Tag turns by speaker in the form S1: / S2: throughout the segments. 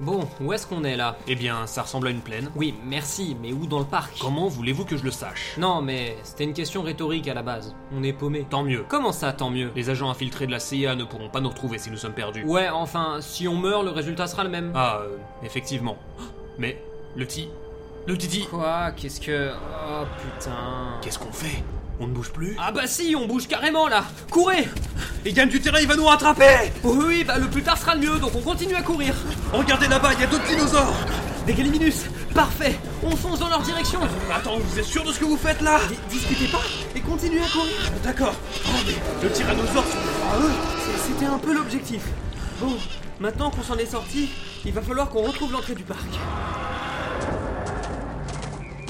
S1: Bon, où est-ce qu'on est là
S2: Eh bien, ça ressemble à une plaine.
S1: Oui, merci, mais où dans le parc
S2: Comment voulez-vous que je le sache
S1: Non, mais c'était une question rhétorique à la base. On est paumé.
S2: Tant mieux.
S1: Comment ça, tant mieux
S2: Les agents infiltrés de la CIA ne pourront pas nous retrouver si nous sommes perdus.
S1: Ouais, enfin, si on meurt, le résultat sera le même.
S2: Ah, euh, effectivement. Mais, le petit. Le Didi.
S1: Quoi Qu'est-ce que. Oh putain.
S2: Qu'est-ce qu'on fait On ne bouge plus
S1: Ah bah si, on bouge carrément là Courez
S2: Il gagne du terrain, il va nous rattraper
S1: Oui, oui, bah le plus tard sera le mieux, donc on continue à courir
S2: Regardez là-bas, il y a d'autres dinosaures
S1: Des Galiminus Parfait On fonce dans leur direction
S2: Attends, vous êtes sûr de ce que vous faites là
S1: Di- Discutez pas et continuez à courir
S2: D'accord. Oh, mais le tyrannosaure,
S1: Ah eux C'était un peu l'objectif. Bon, maintenant qu'on s'en est sorti, il va falloir qu'on retrouve l'entrée du parc.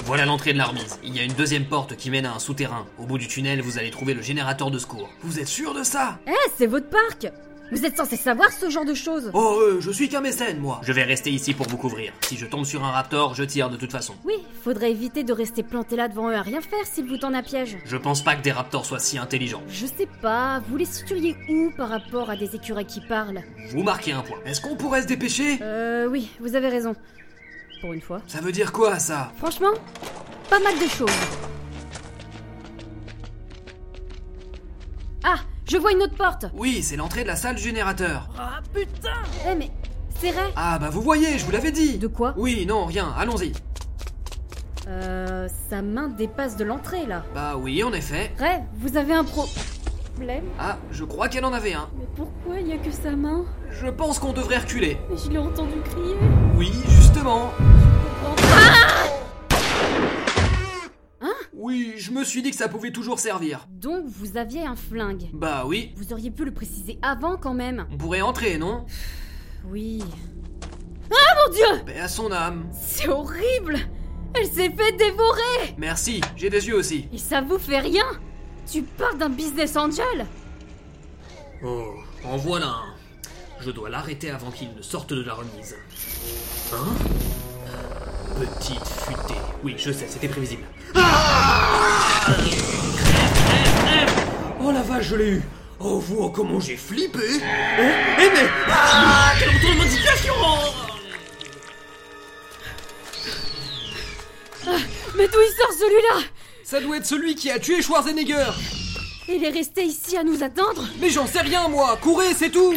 S3: Voilà l'entrée de l'armise. Il y a une deuxième porte qui mène à un souterrain. Au bout du tunnel, vous allez trouver le générateur de secours.
S2: vous êtes sûr de ça
S4: Eh, c'est votre parc Vous êtes censé savoir ce genre de choses
S3: Oh, euh, je suis qu'un mécène, moi. Je vais rester ici pour vous couvrir. Si je tombe sur un raptor, je tire de toute façon.
S4: Oui, faudrait éviter de rester planté là devant eux à rien faire s'ils vous tendent un piège.
S3: Je pense pas que des raptors soient si intelligents.
S4: Je sais pas, vous les situeriez où par rapport à des écureuils qui parlent
S3: Vous marquez un point.
S2: Est-ce qu'on pourrait se dépêcher
S4: Euh, oui, vous avez raison. Pour une fois.
S3: Ça veut dire quoi, ça
S4: Franchement, pas mal de choses. Ah, je vois une autre porte
S3: Oui, c'est l'entrée de la salle du générateur.
S4: Eh, mais c'est vrai
S3: Ah, bah vous voyez, je vous l'avais dit
S4: De quoi
S3: Oui, non, rien, allons-y.
S4: Euh, sa main dépasse de l'entrée là.
S3: Bah oui, en effet.
S4: Ray, vous avez un problème
S3: Ah, je crois qu'elle en avait un.
S4: Mais pourquoi il y a que sa main
S3: Je pense qu'on devrait reculer.
S4: Mais je l'ai entendu crier.
S3: Oui, justement. Oui, je me suis dit que ça pouvait toujours servir.
S4: Donc vous aviez un flingue.
S3: Bah oui.
S4: Vous auriez pu le préciser avant quand même.
S3: On pourrait entrer, non
S4: Oui. Ah mon dieu
S3: Mais à son âme.
S4: C'est horrible Elle s'est fait dévorer
S3: Merci, j'ai des yeux aussi.
S4: Et ça vous fait rien Tu parles d'un business angel
S3: Oh, en voilà un. Je dois l'arrêter avant qu'il ne sorte de la remise. Hein Euh, Petite futée. Oui, je sais, c'était prévisible.
S2: Oh la vache, je l'ai eu Oh, vous, oh, comment j'ai flippé Oh, eh mais
S3: Quel retournement de situation
S4: Mais d'où il sort celui-là
S2: Ça doit être celui qui a tué Schwarzenegger
S4: Il est resté ici à nous attendre
S2: Mais j'en sais rien, moi Courez, c'est tout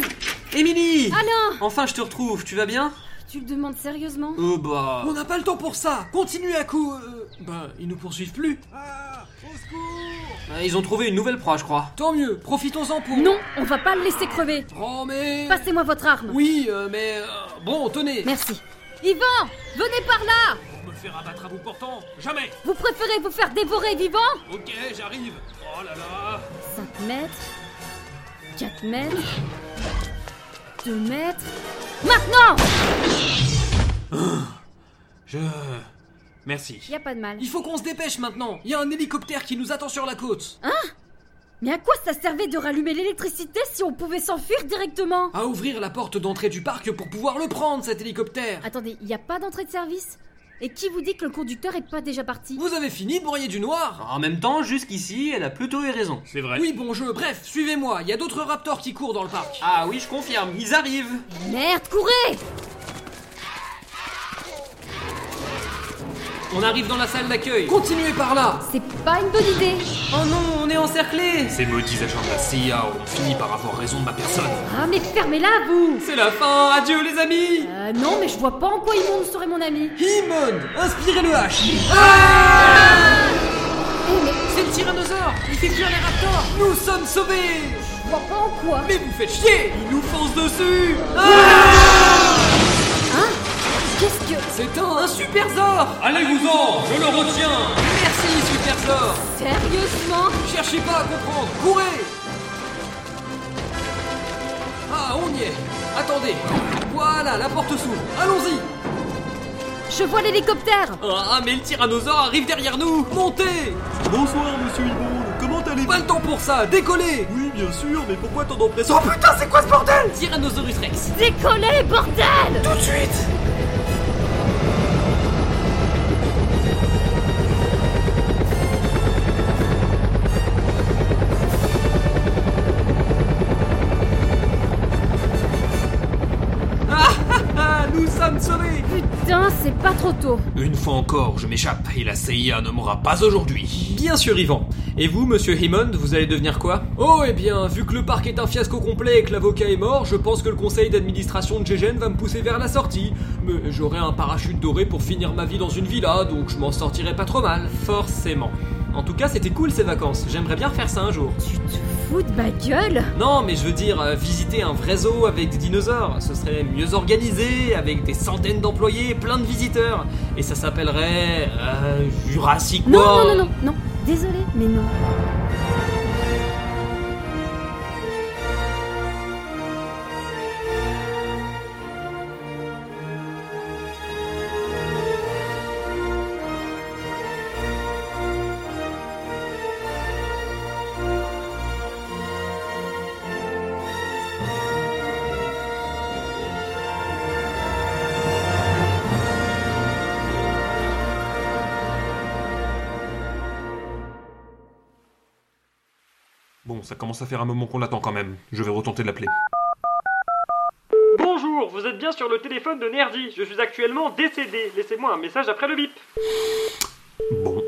S3: Émilie
S4: Alain
S3: Enfin, je te retrouve, tu vas bien
S4: Tu le demandes sérieusement
S3: Euh, bah...
S2: On n'a pas le temps pour ça Continuez à coup... euh, Bah, ils nous poursuivent plus
S3: euh, Ils ont trouvé une nouvelle proie, je crois.
S2: Tant mieux, profitons-en pour...
S4: Non, on va pas le laisser crever
S2: Oh, mais...
S4: Passez-moi votre arme
S2: Oui, euh, mais... euh, bon, tenez
S4: Merci. Yvan, venez par là
S2: Pour me faire abattre à bout portant Jamais
S4: Vous préférez vous faire dévorer vivant
S2: Ok, j'arrive Oh là là
S4: 5 mètres, 4 mètres, 2 mètres... Maintenant
S2: Je... Merci.
S4: Y a pas de mal.
S2: Il faut qu'on se dépêche maintenant Il y a un hélicoptère qui nous attend sur la côte
S4: Mais à quoi ça servait de rallumer l'électricité si on pouvait s'enfuir directement
S2: À ouvrir la porte d'entrée du parc pour pouvoir le prendre, cet hélicoptère
S4: Attendez, y a pas d'entrée de service Et qui vous dit que le conducteur est pas déjà parti
S2: Vous avez fini de broyer du noir
S3: Ah, En même temps, jusqu'ici, elle a plutôt eu raison. C'est vrai.
S2: Oui, bon jeu, bref, suivez-moi, il y a d'autres raptors qui courent dans le parc
S3: Ah oui, je confirme, ils arrivent
S4: Merde, courez
S1: On arrive dans la salle d'accueil.
S2: Continuez par là
S4: C'est pas une bonne idée
S1: Oh non, on est encerclés
S2: Ces maudits agents de la CIA ont fini par avoir raison de ma personne.
S4: Ah mais fermez-la, vous
S1: C'est la fin, adieu les amis
S4: Euh, non, mais je vois pas en quoi immonde serait mon ami
S2: Himon Inspirez le H Ah
S4: Oh,
S1: C'est le tyrannosaure Il fait fuir les raptors
S2: Nous sommes sauvés
S4: Je vois pas en quoi
S2: Mais vous faites chier Ils nous foncent dessus Ah,
S4: Hein Qu'est-ce que...
S2: C'est un, un super zor Allez-vous-en Je le retiens Merci, super zor
S4: Sérieusement
S2: Cherchez pas à comprendre Courez Ah, on y est Attendez Voilà, la porte s'ouvre Allons-y
S4: Je vois l'hélicoptère
S2: Ah, mais le tyrannosaure arrive derrière nous Montez
S5: Bonsoir monsieur Hibon, comment allez-vous
S2: Pas le temps pour ça Décollez
S5: Oui bien sûr, mais pourquoi tant d'empressement
S1: Tyrannosaurus Rex
S4: Décollez, bordel
S2: Ah ah ah nous sommes sauvés
S4: Putain, c'est pas trop tôt.
S3: Une fois encore, je m'échappe et la CIA ne m'aura pas aujourd'hui.
S2: Bien sûr, Yvan. Et vous, monsieur Hammond, vous allez devenir quoi
S6: Oh, eh bien, vu que le parc est un fiasco complet et que l'avocat est mort, je pense que le conseil d'administration de GGN va me pousser vers la sortie. Mais j'aurai un parachute doré pour finir ma vie dans une villa, donc je m'en sortirai pas trop mal.
S2: Forcément. En tout cas, c'était cool ces vacances. J'aimerais bien refaire ça un jour.
S4: Tu te fous de ma gueule
S2: Non, mais je veux dire, euh, visiter un vrai zoo avec des dinosaures, ce serait mieux organisé, avec des centaines d'employés, plein de visiteurs. Et ça s'appellerait. euh, Jurassic
S4: Non,
S2: World.
S4: non, non, non, non. Désolé, mais non.
S7: Bon, ça commence à faire un moment qu'on l'attend quand même. Je vais retenter de l'appeler.
S5: Bonjour, vous êtes bien sur le téléphone de Nerdy. Je suis actuellement décédé. Laissez-moi un message après le bip.
S7: Bon,